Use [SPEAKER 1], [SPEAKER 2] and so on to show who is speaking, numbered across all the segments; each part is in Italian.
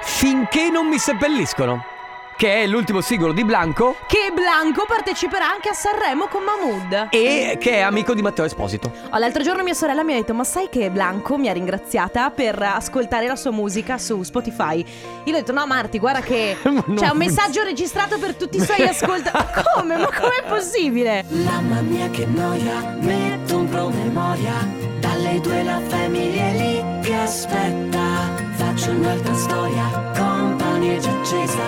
[SPEAKER 1] Finché non mi seppelliscono, che è l'ultimo singolo di Blanco
[SPEAKER 2] Che Blanco parteciperà anche a Sanremo con Mahmood.
[SPEAKER 1] e che è amico di Matteo Esposito.
[SPEAKER 2] Oh, l'altro giorno mia sorella mi ha detto: Ma sai che Blanco mi ha ringraziata per ascoltare la sua musica su Spotify? Io le ho detto: No, Marti, guarda che
[SPEAKER 1] Ma non
[SPEAKER 2] c'è
[SPEAKER 1] funziona."
[SPEAKER 2] un messaggio registrato per tutti i suoi ascoltatori. Ma come? Ma com'è possibile?
[SPEAKER 3] Mamma mia che noia, metto un promemoria Dalle due la famiglia è lì che aspetta Faccio un'altra storia, compagnia già accesa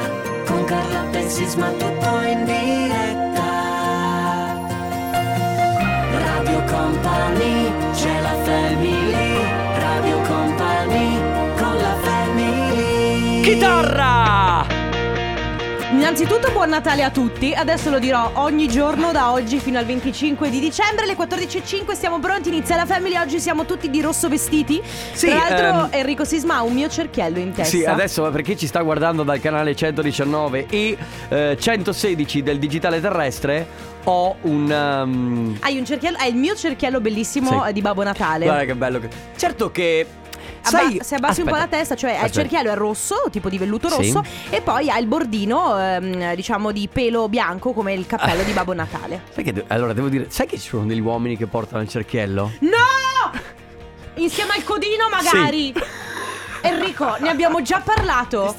[SPEAKER 3] Con Carla e Sisma tutto in diretta Radio Company, c'è la family Radio Company, con la family
[SPEAKER 1] Chitarra!
[SPEAKER 2] Innanzitutto, buon Natale a tutti. Adesso lo dirò ogni giorno da oggi fino al 25 di dicembre, alle 14.05. Siamo pronti. Inizia la family. Oggi siamo tutti di rosso vestiti.
[SPEAKER 1] Sì,
[SPEAKER 2] Tra l'altro,
[SPEAKER 1] ehm,
[SPEAKER 2] Enrico Sisma ha un mio cerchiello in testa.
[SPEAKER 1] Sì, adesso per chi ci sta guardando dal canale 119 e eh, 116 del digitale terrestre, ho un. um,
[SPEAKER 2] Hai un cerchiello, hai il mio cerchiello bellissimo
[SPEAKER 1] Sì.
[SPEAKER 2] eh, di Babbo Natale.
[SPEAKER 1] guarda che bello. che- Certo che.
[SPEAKER 2] Abba-
[SPEAKER 1] sai-
[SPEAKER 2] se abbassi un po' la
[SPEAKER 1] aspetta,
[SPEAKER 2] testa, cioè il
[SPEAKER 1] aspetta.
[SPEAKER 2] cerchiello è rosso, tipo di velluto
[SPEAKER 1] Sì.
[SPEAKER 2] rosso, e poi ha il bordino, ehm, diciamo, di pelo bianco come il cappello di Babbo Natale.
[SPEAKER 1] Sai che de- allora devo dire, sai che ci sono degli uomini che portano il cerchiello?
[SPEAKER 2] No! Insieme al codino, magari.
[SPEAKER 1] Sì.
[SPEAKER 2] Enrico, ne abbiamo già parlato.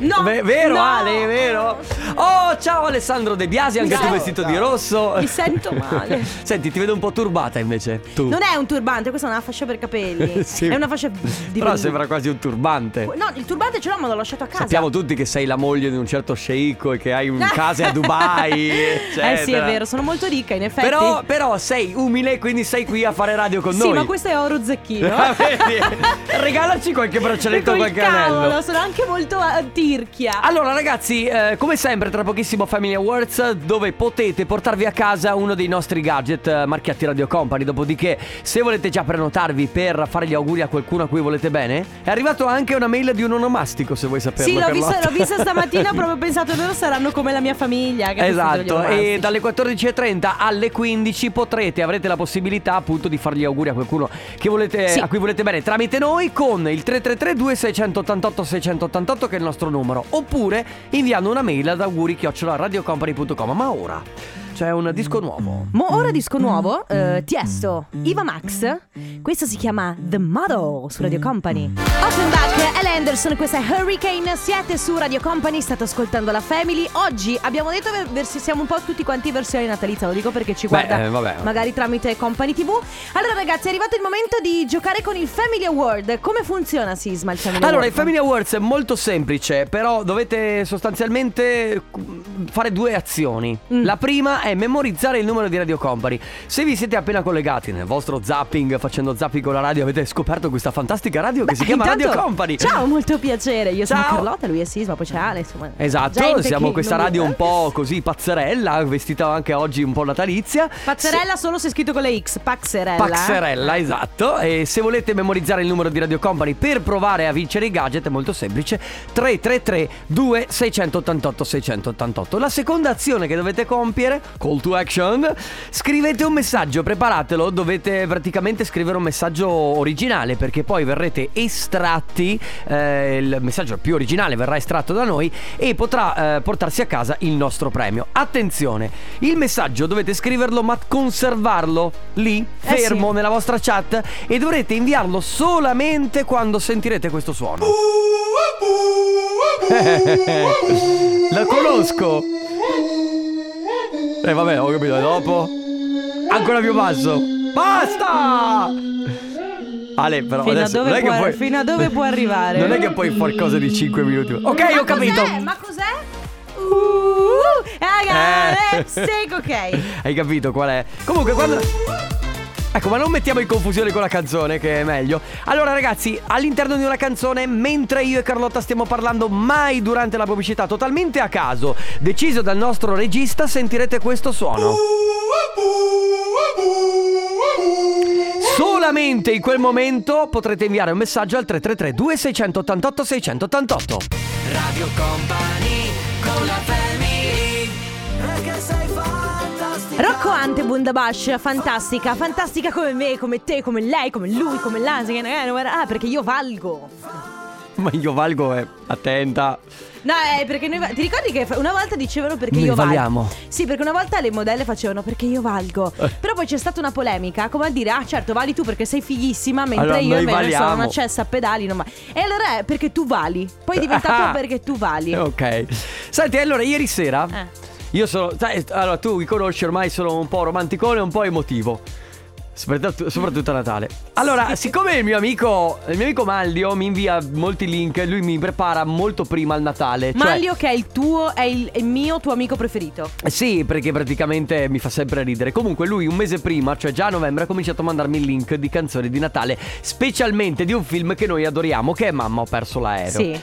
[SPEAKER 2] No,
[SPEAKER 1] Ve- vero
[SPEAKER 2] no.
[SPEAKER 1] Ale, vero? Oh, ciao Alessandro De Biasi, anche tu
[SPEAKER 2] sento-
[SPEAKER 1] vestito di rosso.
[SPEAKER 2] Mi sento male.
[SPEAKER 1] Senti, ti vedo un po' turbata invece. Tu.
[SPEAKER 2] Non è un turbante, questa è una fascia per capelli.
[SPEAKER 1] Sì.
[SPEAKER 2] È una fascia di
[SPEAKER 1] Però sembra quasi un turbante.
[SPEAKER 2] No, il turbante ce l'ho, ma l'ho lasciato a casa.
[SPEAKER 1] Sappiamo tutti che sei la moglie di un certo sceicco e che hai un case a Dubai.
[SPEAKER 2] Eh sì, è
[SPEAKER 1] eccetera.
[SPEAKER 2] vero, sono molto ricca in effetti.
[SPEAKER 1] Però, però sei umile, quindi sei qui a fare radio con
[SPEAKER 2] Sì,
[SPEAKER 1] noi.
[SPEAKER 2] ma questo è oro zecchino. eh.
[SPEAKER 1] Ah, vedi? Regalaci qualche braccialetto o
[SPEAKER 2] Col
[SPEAKER 1] qualche
[SPEAKER 2] cavolo,
[SPEAKER 1] anello.
[SPEAKER 2] sono anche molto eh, tirchia.
[SPEAKER 1] Allora ragazzi, eh, come sempre tra pochissimo Family Awards dove potete portarvi a casa uno dei nostri gadget eh, marchiati Radio Company, dopodiché se volete già prenotarvi per fare gli auguri a qualcuno a cui volete bene, è arrivato anche una mail di un onomastico se vuoi saperlo.
[SPEAKER 2] sì, l'ho vista,
[SPEAKER 1] Carlotta.
[SPEAKER 2] l'ho vista stamattina, ho proprio pensato loro saranno come la mia famiglia. Che
[SPEAKER 1] Esatto,
[SPEAKER 2] sono gli
[SPEAKER 1] e
[SPEAKER 2] romantici.
[SPEAKER 1] dalle 14.30 alle 15 potrete, avrete la possibilità appunto di fargli auguri a qualcuno che volete,
[SPEAKER 2] Sì.
[SPEAKER 1] a cui volete bene tramite noi con il 3332 688 688 che è il nostro numero, oppure inviando una mail ad auguri Ma ora c'è un disco nuovo.
[SPEAKER 2] Mo ora
[SPEAKER 1] Mm,
[SPEAKER 2] disco nuovo, eh, Tiesto, Iva Max. Questo si chiama The Model su
[SPEAKER 1] Mm,
[SPEAKER 2] Radio Company. Offenbach, Al Anderson, questa è Hurricane. Siete su Radio Company, state ascoltando la Family. Oggi abbiamo detto ver- versi- siamo un po' tutti quanti versioni natalizia, lo dico perché ci
[SPEAKER 1] Beh,
[SPEAKER 2] guarda
[SPEAKER 1] eh, vabbè.
[SPEAKER 2] magari tramite Company TV. Allora ragazzi, è arrivato il momento di giocare con il Family Award. Come funziona Sisma il Family eh.
[SPEAKER 1] Allora,
[SPEAKER 2] Award?
[SPEAKER 1] il Family Awards è molto semplice, però dovete sostanzialmente mm, fare due azioni.
[SPEAKER 2] Mm.
[SPEAKER 1] La prima è memorizzare il numero di Radio Company. Se vi siete appena collegati nel vostro zapping, facendo zapping con la radio, avete scoperto questa fantastica radio che si chiama
[SPEAKER 2] Intanto,
[SPEAKER 1] Radio Company.
[SPEAKER 2] Ciao, molto piacere. Io sono
[SPEAKER 1] Ciao.
[SPEAKER 2] Carlotta, lui è Sisma, poi c'è Ale, insomma.
[SPEAKER 1] Esatto,
[SPEAKER 2] gente
[SPEAKER 1] siamo
[SPEAKER 2] che
[SPEAKER 1] questa
[SPEAKER 2] non-
[SPEAKER 1] radio un po' così pazzerella, vestita anche oggi un po' natalizia.
[SPEAKER 2] Pazzerella solo se è scritto con le X, Paxerella. eh.
[SPEAKER 1] Paxerella, esatto. E se volete memorizzare il numero di Radio Company per provare a vincere i gadget è molto semplice. 333 2688 688. La seconda azione che dovete compiere, call to action, scrivete un messaggio, preparatelo, dovete praticamente scrivere un messaggio originale perché poi verrete estratti, eh, il messaggio più originale verrà estratto da noi e potrà eh, portarsi a casa il nostro premio. Attenzione, il messaggio dovete scriverlo ma conservarlo lì,
[SPEAKER 2] Eh sì.
[SPEAKER 1] fermo nella vostra chat e dovrete inviarlo solamente quando sentirete questo suono. La conosco. E vabbè, ho capito, dopo. Ancora più basso. Basta! Ale, però
[SPEAKER 2] Fino a,
[SPEAKER 1] adesso
[SPEAKER 2] dove
[SPEAKER 1] non è che
[SPEAKER 2] può,
[SPEAKER 1] puoi
[SPEAKER 2] fino a dove può arrivare?
[SPEAKER 1] Non è che puoi far cose di 5 minuti. Ok,
[SPEAKER 2] Ma
[SPEAKER 1] ho capito.
[SPEAKER 2] cos'è? Ma cos'è? Uh, raga,
[SPEAKER 1] Eh.
[SPEAKER 2] eh, secco, ok.
[SPEAKER 1] Hai capito qual è? Comunque, quando. Ecco, ma non mettiamo in confusione con la canzone, che è meglio. Allora, ragazzi, all'interno di una canzone, mentre io e Carlotta stiamo parlando mai durante la pubblicità, totalmente a caso, deciso dal nostro regista, sentirete questo suono. Solamente in quel momento potrete inviare un messaggio al 333 2688 688. Radio Company con la
[SPEAKER 2] Rocco Ante Bundabash, fantastica, fantastica come me, come te, come lei, come lui, come l'ansia. che non era- Ah, perché io valgo.
[SPEAKER 1] Ma io valgo è attenta.
[SPEAKER 2] No, è perché noi. va- Ti ricordi che fa- una volta dicevano perché
[SPEAKER 1] Noi
[SPEAKER 2] io valgo?
[SPEAKER 1] valiamo. Eh.
[SPEAKER 2] Sì, perché una volta le modelle facevano perché io valgo. Però poi c'è stata una polemica, come a dire, ah, certo, vali tu perché sei fighissima, mentre
[SPEAKER 1] Allora,
[SPEAKER 2] io
[SPEAKER 1] noi
[SPEAKER 2] invece sono
[SPEAKER 1] valiamo.
[SPEAKER 2] una cessa a pedali. Non va- E allora è perché tu vali. Poi è diventato
[SPEAKER 1] Ah.
[SPEAKER 2] perché tu vali.
[SPEAKER 1] Ok. Senti, allora ieri sera
[SPEAKER 2] Eh.
[SPEAKER 1] io sono sai, allora tu mi conosci ormai sono un po' romanticone e un po' emotivo. Soprattutto, soprattutto a Natale. Allora, siccome il mio amico il mio amico Maglio mi invia molti link, lui mi prepara molto prima al Natale, cioè
[SPEAKER 2] Maglio, che è il tuo, è il, è il mio tuo amico preferito.
[SPEAKER 1] Sì, perché praticamente mi fa sempre ridere. Comunque lui un mese prima, cioè già a novembre, ha cominciato a mandarmi il link di canzoni di Natale, specialmente di un film che noi adoriamo, che è Mamma ho perso l'aereo.
[SPEAKER 2] Sì.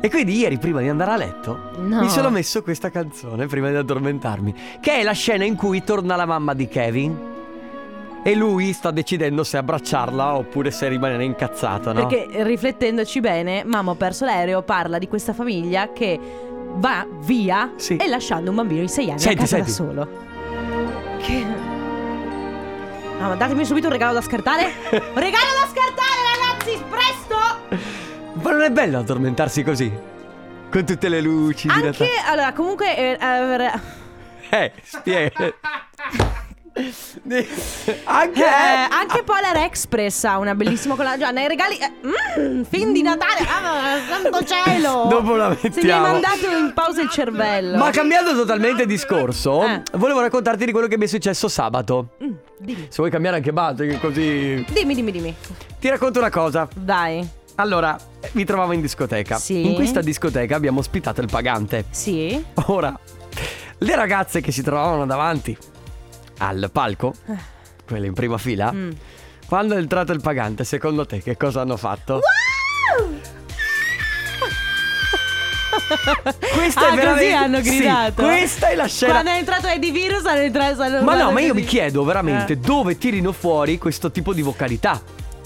[SPEAKER 1] E quindi ieri prima di andare a letto
[SPEAKER 2] No.
[SPEAKER 1] mi sono messo questa canzone prima di addormentarmi, che è la scena in cui torna la mamma di Kevin. E lui sta decidendo se abbracciarla oppure se rimanere incazzata, no?
[SPEAKER 2] Perché riflettendoci bene, mamma ho perso l'aereo, parla di questa famiglia che va via
[SPEAKER 1] Sì.
[SPEAKER 2] e lasciando un bambino di 6 anni
[SPEAKER 1] Senti,
[SPEAKER 2] a casa
[SPEAKER 1] senti.
[SPEAKER 2] da solo. Che No, ma datemi subito un regalo da scartare. regalo da scartare, ragazzi, presto!
[SPEAKER 1] Ma non è bello addormentarsi così? Con tutte le luci di
[SPEAKER 2] Anche
[SPEAKER 1] Natale.
[SPEAKER 2] allora, comunque eh, eh,
[SPEAKER 1] Eh, spiega. anche
[SPEAKER 2] eh,
[SPEAKER 1] ah.
[SPEAKER 2] anche Polar Express ha una bellissima collana Nei regali eh, mm, Fin di Natale ah, Santo cielo
[SPEAKER 1] Dopo la
[SPEAKER 2] Se mi hai
[SPEAKER 1] mettiamo.
[SPEAKER 2] mandato in pausa il cervello
[SPEAKER 1] Ma cambiando totalmente discorso,
[SPEAKER 2] Eh.
[SPEAKER 1] volevo raccontarti di quello che mi è successo sabato.
[SPEAKER 2] Mm, dimmi.
[SPEAKER 1] Se vuoi cambiare anche Bato, che così.
[SPEAKER 2] dimmi dimmi dimmi
[SPEAKER 1] Ti racconto una cosa.
[SPEAKER 2] Dai
[SPEAKER 1] Allora, mi trovavo in discoteca.
[SPEAKER 2] Sì.
[SPEAKER 1] In questa discoteca abbiamo ospitato il pagante.
[SPEAKER 2] Sì
[SPEAKER 1] Ora, le ragazze che si trovavano davanti al palco, quelle in prima fila,
[SPEAKER 2] Eh. Mm.
[SPEAKER 1] quando è entrato il pagante, secondo te che cosa hanno fatto? Questa
[SPEAKER 2] ah,
[SPEAKER 1] è veramente
[SPEAKER 2] così hanno
[SPEAKER 1] Sì,
[SPEAKER 2] gridato
[SPEAKER 1] questa è la scena
[SPEAKER 2] Quando è entrato Eddie Virus hanno entrato hanno-
[SPEAKER 1] Ma no,
[SPEAKER 2] hanno
[SPEAKER 1] ma io
[SPEAKER 2] così.
[SPEAKER 1] mi chiedo veramente
[SPEAKER 2] Eh.
[SPEAKER 1] dove tirino fuori questo tipo di vocalità.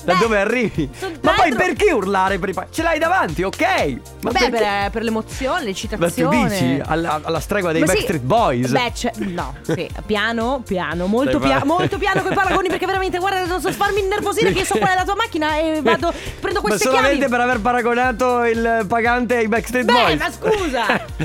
[SPEAKER 1] Da
[SPEAKER 2] Beh,
[SPEAKER 1] dove arrivi?
[SPEAKER 2] sul
[SPEAKER 1] Ma poi
[SPEAKER 2] teatro-
[SPEAKER 1] perché urlare per i pa- Ce l'hai davanti, ok? Ma
[SPEAKER 2] Beh,
[SPEAKER 1] perché?
[SPEAKER 2] per, per l'emozione,
[SPEAKER 1] Ma tu
[SPEAKER 2] l'eccitazione
[SPEAKER 1] dici alla, alla stregua dei
[SPEAKER 2] Ma sì,
[SPEAKER 1] Backstreet Boys?
[SPEAKER 2] Beh, c'è- no, sì, piano, piano, molto,
[SPEAKER 1] Stai
[SPEAKER 2] pia-
[SPEAKER 1] par-
[SPEAKER 2] molto piano con i paragoni perché veramente, guarda, non so farmi innervosire che io so qual è la tua macchina e vado, prendo queste
[SPEAKER 1] ma
[SPEAKER 2] chiavi.
[SPEAKER 1] solamente per aver paragonato il pagante ai Backstreet
[SPEAKER 2] Beh,
[SPEAKER 1] Boys.
[SPEAKER 2] ma scusa!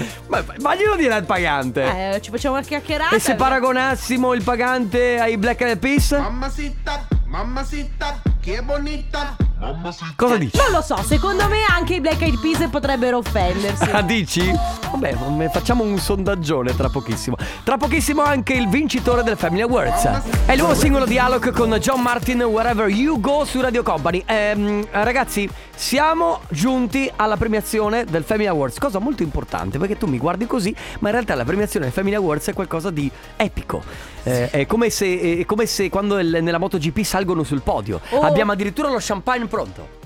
[SPEAKER 1] ma, ma glielo dire al pagante.
[SPEAKER 2] Eh, ci facciamo una chiacchierata.
[SPEAKER 1] e se paragonassimo il pagante ai Black Eyed Peas?
[SPEAKER 4] Mamacita, mamacita, che bonita. Mamacita.
[SPEAKER 1] Cosa dici?
[SPEAKER 2] Non lo so, secondo me anche i Black Eyed Peas potrebbero offendersi.
[SPEAKER 1] Ah, dici? Vabbè, ne facciamo un sondaggione tra pochissimo. Tra pochissimo anche il vincitore del Family Awards. È il nuovo singolo di Alok con John Martin Wherever You Go su Radio Company. Ehm, ragazzi, siamo giunti alla premiazione del Family Awards, cosa molto importante perché tu mi guardi così, ma in realtà la premiazione del Family Awards è qualcosa di epico. Eh, è, come se, è come se quando il- nella MotoGP salgono sul podio.
[SPEAKER 2] Oh.
[SPEAKER 1] Abbiamo addirittura lo champagne pronto.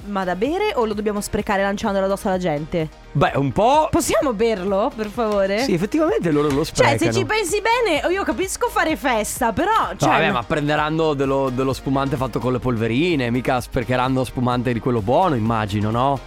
[SPEAKER 2] Ma da bere o lo dobbiamo sprecare lanciandolo addosso alla gente?
[SPEAKER 1] Beh, un po'...
[SPEAKER 2] Possiamo berlo, per favore?
[SPEAKER 1] Sì, effettivamente loro lo
[SPEAKER 2] Eh? Cioè,
[SPEAKER 1] sprecano.
[SPEAKER 2] se ci pensi bene, io capisco fare festa, però.
[SPEAKER 1] No,
[SPEAKER 2] Cioè,
[SPEAKER 1] vabbè, ma prenderanno dello, dello spumante fatto con le polverine, mica spercheranno spumante di quello buono, immagino, no?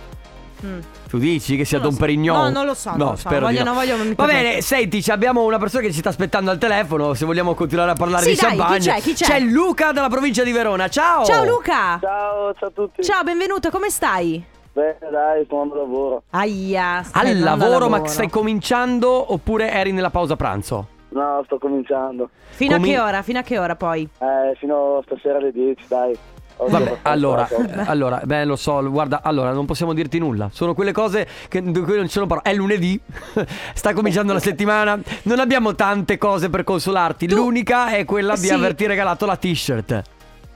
[SPEAKER 2] Mm.
[SPEAKER 1] Tu dici che sia
[SPEAKER 2] Non lo
[SPEAKER 1] Don
[SPEAKER 2] so.
[SPEAKER 1] Perignon?
[SPEAKER 2] No, non lo so, non
[SPEAKER 1] No,
[SPEAKER 2] lo so.
[SPEAKER 1] spero
[SPEAKER 2] Voglio-
[SPEAKER 1] di no.
[SPEAKER 2] no, voglio- non mi
[SPEAKER 1] Va
[SPEAKER 2] permetto.
[SPEAKER 1] bene, senti, ci abbiamo una persona che ci sta aspettando al telefono, se vogliamo continuare a parlare
[SPEAKER 2] Sì,
[SPEAKER 1] di
[SPEAKER 2] dai, chi
[SPEAKER 1] champagne.
[SPEAKER 2] c'è? Chi c'è?
[SPEAKER 1] Luca dalla provincia di Verona. Ciao!
[SPEAKER 2] Ciao Luca!
[SPEAKER 5] Ciao, ciao a tutti.
[SPEAKER 2] Ciao, benvenuto, come stai?
[SPEAKER 5] Bene, dai, sono al lavoro.
[SPEAKER 2] Aia, stai
[SPEAKER 1] Al
[SPEAKER 2] andando
[SPEAKER 1] lavoro, ma stai cominciando oppure eri nella pausa pranzo?
[SPEAKER 5] No, sto cominciando.
[SPEAKER 2] Fino
[SPEAKER 1] comi-
[SPEAKER 2] a che ora? Fino a che ora poi?
[SPEAKER 5] Eh, fino a stasera alle 10, dai. Oggi è
[SPEAKER 1] Vabbè,
[SPEAKER 5] abbastanza
[SPEAKER 1] allora,
[SPEAKER 5] poco.
[SPEAKER 1] allora, beh, lo so, guarda, allora, non possiamo dirti nulla. Sono quelle cose che, di cui non ci sono parole. È lunedì, sta cominciando la settimana, non abbiamo tante cose per consolarti.
[SPEAKER 2] Tu-
[SPEAKER 1] L'unica è quella di
[SPEAKER 2] Sì.
[SPEAKER 1] averti regalato la t-shirt.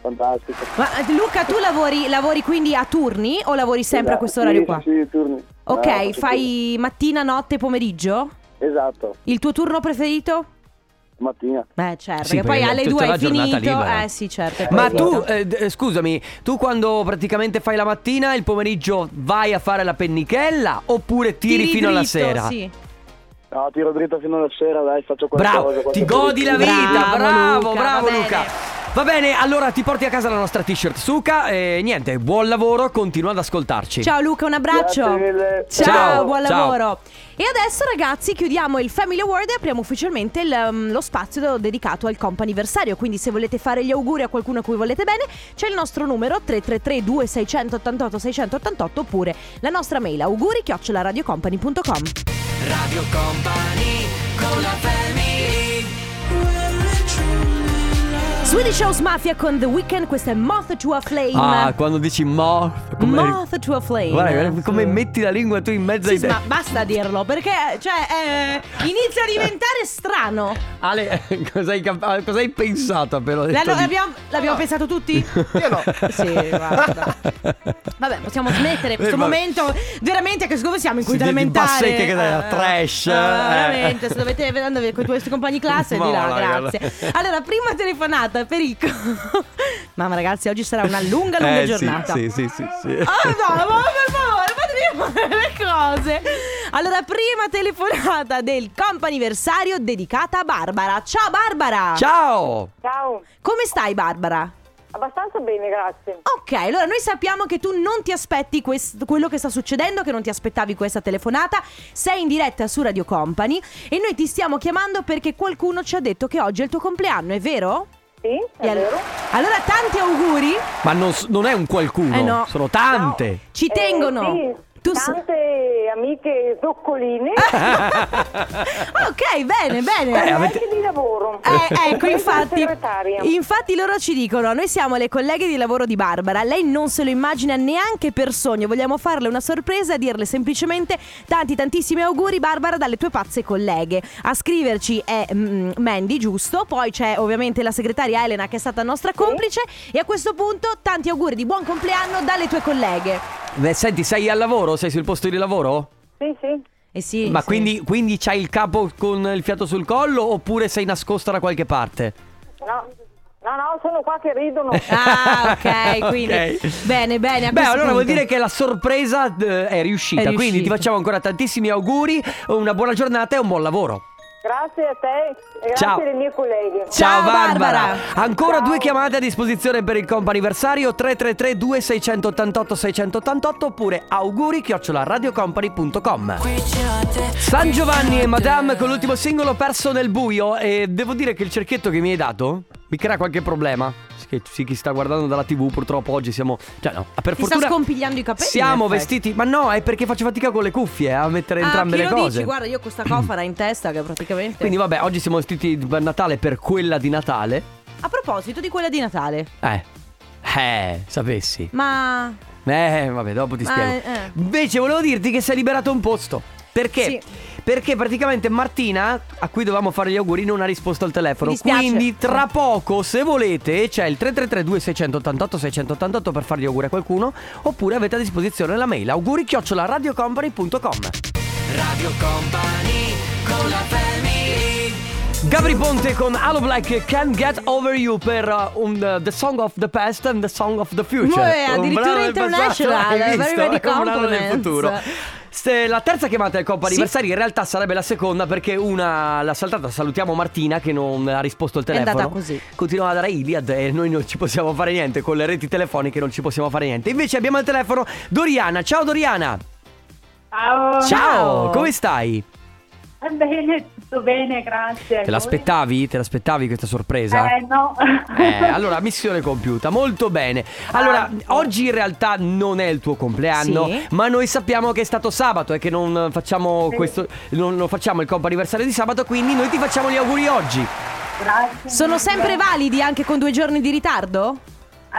[SPEAKER 5] Fantastico.
[SPEAKER 2] Ma eh, Luca, tu lavori, lavori quindi a turni o lavori sempre a questo orario
[SPEAKER 5] Sì,
[SPEAKER 2] qua?
[SPEAKER 5] Sì, sì, turni. No,
[SPEAKER 2] Ok,
[SPEAKER 5] faccio
[SPEAKER 2] fai mattina, notte, pomeriggio?
[SPEAKER 5] turni. Esatto,
[SPEAKER 2] Il tuo turno preferito?
[SPEAKER 5] mattina.
[SPEAKER 2] Beh, certo,
[SPEAKER 1] Sì,
[SPEAKER 2] che poi
[SPEAKER 1] perché
[SPEAKER 2] alle
[SPEAKER 1] tutta
[SPEAKER 2] due
[SPEAKER 1] la
[SPEAKER 2] hai
[SPEAKER 1] giornata
[SPEAKER 2] finito.
[SPEAKER 1] libera.
[SPEAKER 2] Eh sì, certo. è
[SPEAKER 1] Ma
[SPEAKER 2] finito.
[SPEAKER 1] tu, eh, d- eh, scusami, tu quando praticamente fai la mattina, il pomeriggio vai a fare la pennichella oppure tiri,
[SPEAKER 2] Tiri
[SPEAKER 1] fino alla
[SPEAKER 2] dritto,
[SPEAKER 1] sera?
[SPEAKER 2] Sì.
[SPEAKER 5] No, tiro dritto fino alla sera, dai, faccio qualcosa.
[SPEAKER 1] Bravo, ti
[SPEAKER 5] qualche
[SPEAKER 1] godi la
[SPEAKER 5] aperitivo.
[SPEAKER 1] vita,
[SPEAKER 2] Bravo,
[SPEAKER 1] bravo, bravo,
[SPEAKER 2] Luca, va bene.
[SPEAKER 1] Luca. Va bene, allora ti porti a casa la nostra t-shirt Suka e niente, buon lavoro, continua ad ascoltarci.
[SPEAKER 2] Ciao Luca, un abbraccio.
[SPEAKER 5] Grazie mille.
[SPEAKER 2] Ciao,
[SPEAKER 1] Ciao,
[SPEAKER 2] buon
[SPEAKER 1] ciao.
[SPEAKER 2] lavoro. E adesso ragazzi chiudiamo il Family Award e apriamo ufficialmente il, um, lo spazio dedicato al comp'anniversario. Quindi se volete fare gli auguri a qualcuno a cui volete bene, c'è il nostro numero 333 2688 688 oppure la nostra mail auguri radiocompany.com. Swedish House Mafia con The Weeknd, questa è Moth to a Flame.
[SPEAKER 1] Ah, quando dici mo... Come...
[SPEAKER 2] Moth to a Flame.
[SPEAKER 1] Guarda, guarda come
[SPEAKER 2] Sì.
[SPEAKER 1] metti la lingua tu in mezzo ai
[SPEAKER 2] Sì,
[SPEAKER 1] denti.
[SPEAKER 2] ma basta dirlo perché cioè, eh, inizia a diventare strano.
[SPEAKER 1] Ale, cosa hai, cap- cosa hai pensato però?
[SPEAKER 2] La- l'abbiamo l'abbiamo
[SPEAKER 1] Ah.
[SPEAKER 2] pensato tutti? Io no. Sì, guarda. Vabbè, possiamo smettere questo
[SPEAKER 1] Eh, ma-
[SPEAKER 2] momento veramente che secondo siamo in cui
[SPEAKER 1] Sì,
[SPEAKER 2] da
[SPEAKER 1] di- di
[SPEAKER 2] lamentare.
[SPEAKER 1] bassecche che dai, la
[SPEAKER 2] Eh,
[SPEAKER 1] trash,
[SPEAKER 2] eh,
[SPEAKER 1] eh.
[SPEAKER 2] veramente, se dovete andare con i vostri compagni di classe di là,
[SPEAKER 1] Mamma mia,
[SPEAKER 2] grazie.
[SPEAKER 1] guarda.
[SPEAKER 2] Allora, prima telefonata per il co- Mamma ragazzi, oggi sarà una lunga lunga giornata.
[SPEAKER 1] Eh, Sì, sì, sì, sì.
[SPEAKER 2] Oh no, ma per favore, fatemi fare le cose. Allora, prima telefonata del comp'anniversario dedicata a Barbara. Ciao Barbara!
[SPEAKER 1] Ciao!
[SPEAKER 6] Ciao,
[SPEAKER 2] Come stai Barbara?
[SPEAKER 6] abbastanza bene, grazie.
[SPEAKER 2] Ok, allora noi sappiamo che tu non ti aspetti quest- quello che sta succedendo, che non ti aspettavi questa telefonata. Sei in diretta su Radio Company e noi ti stiamo chiamando perché qualcuno ci ha detto che oggi è il tuo compleanno, è vero?
[SPEAKER 6] Sì,
[SPEAKER 2] E
[SPEAKER 6] è
[SPEAKER 2] all-
[SPEAKER 6] vero.
[SPEAKER 2] Allora, tanti auguri.
[SPEAKER 1] Ma non, s- non è un qualcuno,
[SPEAKER 2] Eh, no.
[SPEAKER 1] sono tante.
[SPEAKER 2] Ci
[SPEAKER 6] Eh,
[SPEAKER 2] tengono.
[SPEAKER 6] sì,
[SPEAKER 2] Tu Ah, eh, sa-
[SPEAKER 6] tante amiche zoccoline
[SPEAKER 2] ok, bene, bene.
[SPEAKER 1] Eh,
[SPEAKER 6] e
[SPEAKER 1] avete-
[SPEAKER 6] anche di lavoro.
[SPEAKER 2] Eh, ecco,
[SPEAKER 6] Io sono
[SPEAKER 2] infatti,
[SPEAKER 6] segretaria.
[SPEAKER 2] infatti loro ci dicono, noi siamo le colleghe di lavoro di Barbara, lei non se lo immagina neanche per sogno, vogliamo farle una sorpresa e dirle semplicemente tanti tantissimi auguri Barbara dalle tue pazze colleghe. A scriverci è mm, Mandy, giusto? Poi c'è ovviamente la segretaria Elena che è stata nostra complice e a questo punto tanti auguri di buon compleanno dalle tue colleghe.
[SPEAKER 1] Beh, senti, sei al lavoro? Sei sul posto di lavoro?
[SPEAKER 6] Sì, sì.
[SPEAKER 2] Eh sì,
[SPEAKER 1] Ma
[SPEAKER 2] sì.
[SPEAKER 1] quindi, quindi c'hai il capo con il fiato sul collo oppure sei nascosta da qualche parte?
[SPEAKER 6] No. no, no, sono qua che ridono.
[SPEAKER 2] Ah, ok, quindi
[SPEAKER 1] Ok.
[SPEAKER 2] bene, bene. a
[SPEAKER 1] Beh,
[SPEAKER 2] questo
[SPEAKER 1] allora vuol
[SPEAKER 2] punto.
[SPEAKER 1] dire che la sorpresa eh, è riuscita.
[SPEAKER 2] È riuscita.
[SPEAKER 1] Quindi ti facciamo ancora tantissimi auguri, una buona giornata e un buon lavoro.
[SPEAKER 6] Grazie a te e grazie
[SPEAKER 1] Ciao.
[SPEAKER 6] alle mie colleghe.
[SPEAKER 2] Ciao,
[SPEAKER 1] Barbara.
[SPEAKER 2] Barbara.
[SPEAKER 1] Ancora
[SPEAKER 6] Ciao.
[SPEAKER 1] due chiamate a disposizione per il comp anniversario 333 2688 688 oppure auguri radiocompany.com San Giovanni e Madame con l'ultimo singolo perso nel buio e devo dire che il cerchietto che mi hai dato mi crea qualche problema. Sì, sì, chi sta guardando dalla TV purtroppo oggi siamo cioè no, per
[SPEAKER 2] Ti sta
[SPEAKER 1] fortuna
[SPEAKER 2] scompigliando i capelli, in
[SPEAKER 1] Siamo
[SPEAKER 2] effetti.
[SPEAKER 1] vestiti, ma no, è perché faccio fatica con le cuffie eh, a mettere entrambe
[SPEAKER 2] ah, chi
[SPEAKER 1] le
[SPEAKER 2] lo
[SPEAKER 1] cose.
[SPEAKER 2] dici? Guarda, io ho questa cofana in testa che praticamente.
[SPEAKER 1] Quindi vabbè, oggi siamo vestiti per Natale per quella di Natale.
[SPEAKER 2] A proposito di quella di Natale,
[SPEAKER 1] Eh. Eh, sapessi.
[SPEAKER 2] ma.
[SPEAKER 1] Eh, vabbè, dopo ti
[SPEAKER 2] Ma,
[SPEAKER 1] spiego.
[SPEAKER 2] eh.
[SPEAKER 1] Invece volevo dirti che sei liberato un posto. Perché?
[SPEAKER 2] Sì.
[SPEAKER 1] Perché praticamente Martina, a cui dovevamo fare gli auguri, non ha risposto al telefono.
[SPEAKER 2] Mi dispiace.
[SPEAKER 1] Quindi tra poco, se volete, c'è il 3332 688 688 per fargli auguri a qualcuno, oppure avete a disposizione la mail auguri Gabri Ponte con Allo Black Can't Get Over You per uh, un, uh, The Song of the Past and The Song of the Future.
[SPEAKER 2] Uè,
[SPEAKER 1] Un
[SPEAKER 2] addirittura
[SPEAKER 1] brano del
[SPEAKER 2] international,
[SPEAKER 1] passato, hai
[SPEAKER 2] very,
[SPEAKER 1] visto?
[SPEAKER 2] very
[SPEAKER 1] È un brano del
[SPEAKER 2] compliments.
[SPEAKER 1] futuro. Se la terza chiamata del Coppa Anniversari in realtà sarebbe la seconda perché una l'ha saltata. Salutiamo Martina che non ha risposto al
[SPEAKER 2] È andata
[SPEAKER 1] telefono.
[SPEAKER 2] così.
[SPEAKER 1] Continuava a dare Iliad e noi non ci possiamo fare niente con le reti telefoniche, non ci possiamo fare niente. Invece abbiamo al telefono Doriana. Ciao Doriana.
[SPEAKER 7] Ciao.
[SPEAKER 1] Ciao, come stai?
[SPEAKER 7] Eh, Bene, tutto bene, grazie.
[SPEAKER 1] Te
[SPEAKER 7] Voi?
[SPEAKER 1] l'aspettavi? Te l'aspettavi questa sorpresa?
[SPEAKER 7] Eh, no.
[SPEAKER 1] Eh, allora, missione compiuta, molto bene. Allora,
[SPEAKER 7] Grazie.
[SPEAKER 1] oggi in realtà non è il tuo compleanno,
[SPEAKER 2] Sì.
[SPEAKER 1] ma noi sappiamo che è stato sabato e che non facciamo
[SPEAKER 7] Sì.
[SPEAKER 1] questo non, non facciamo il comp anniversario di sabato, quindi noi ti facciamo gli auguri oggi.
[SPEAKER 7] Grazie.
[SPEAKER 2] Sono sempre
[SPEAKER 7] va.
[SPEAKER 2] validi anche con due giorni di ritardo?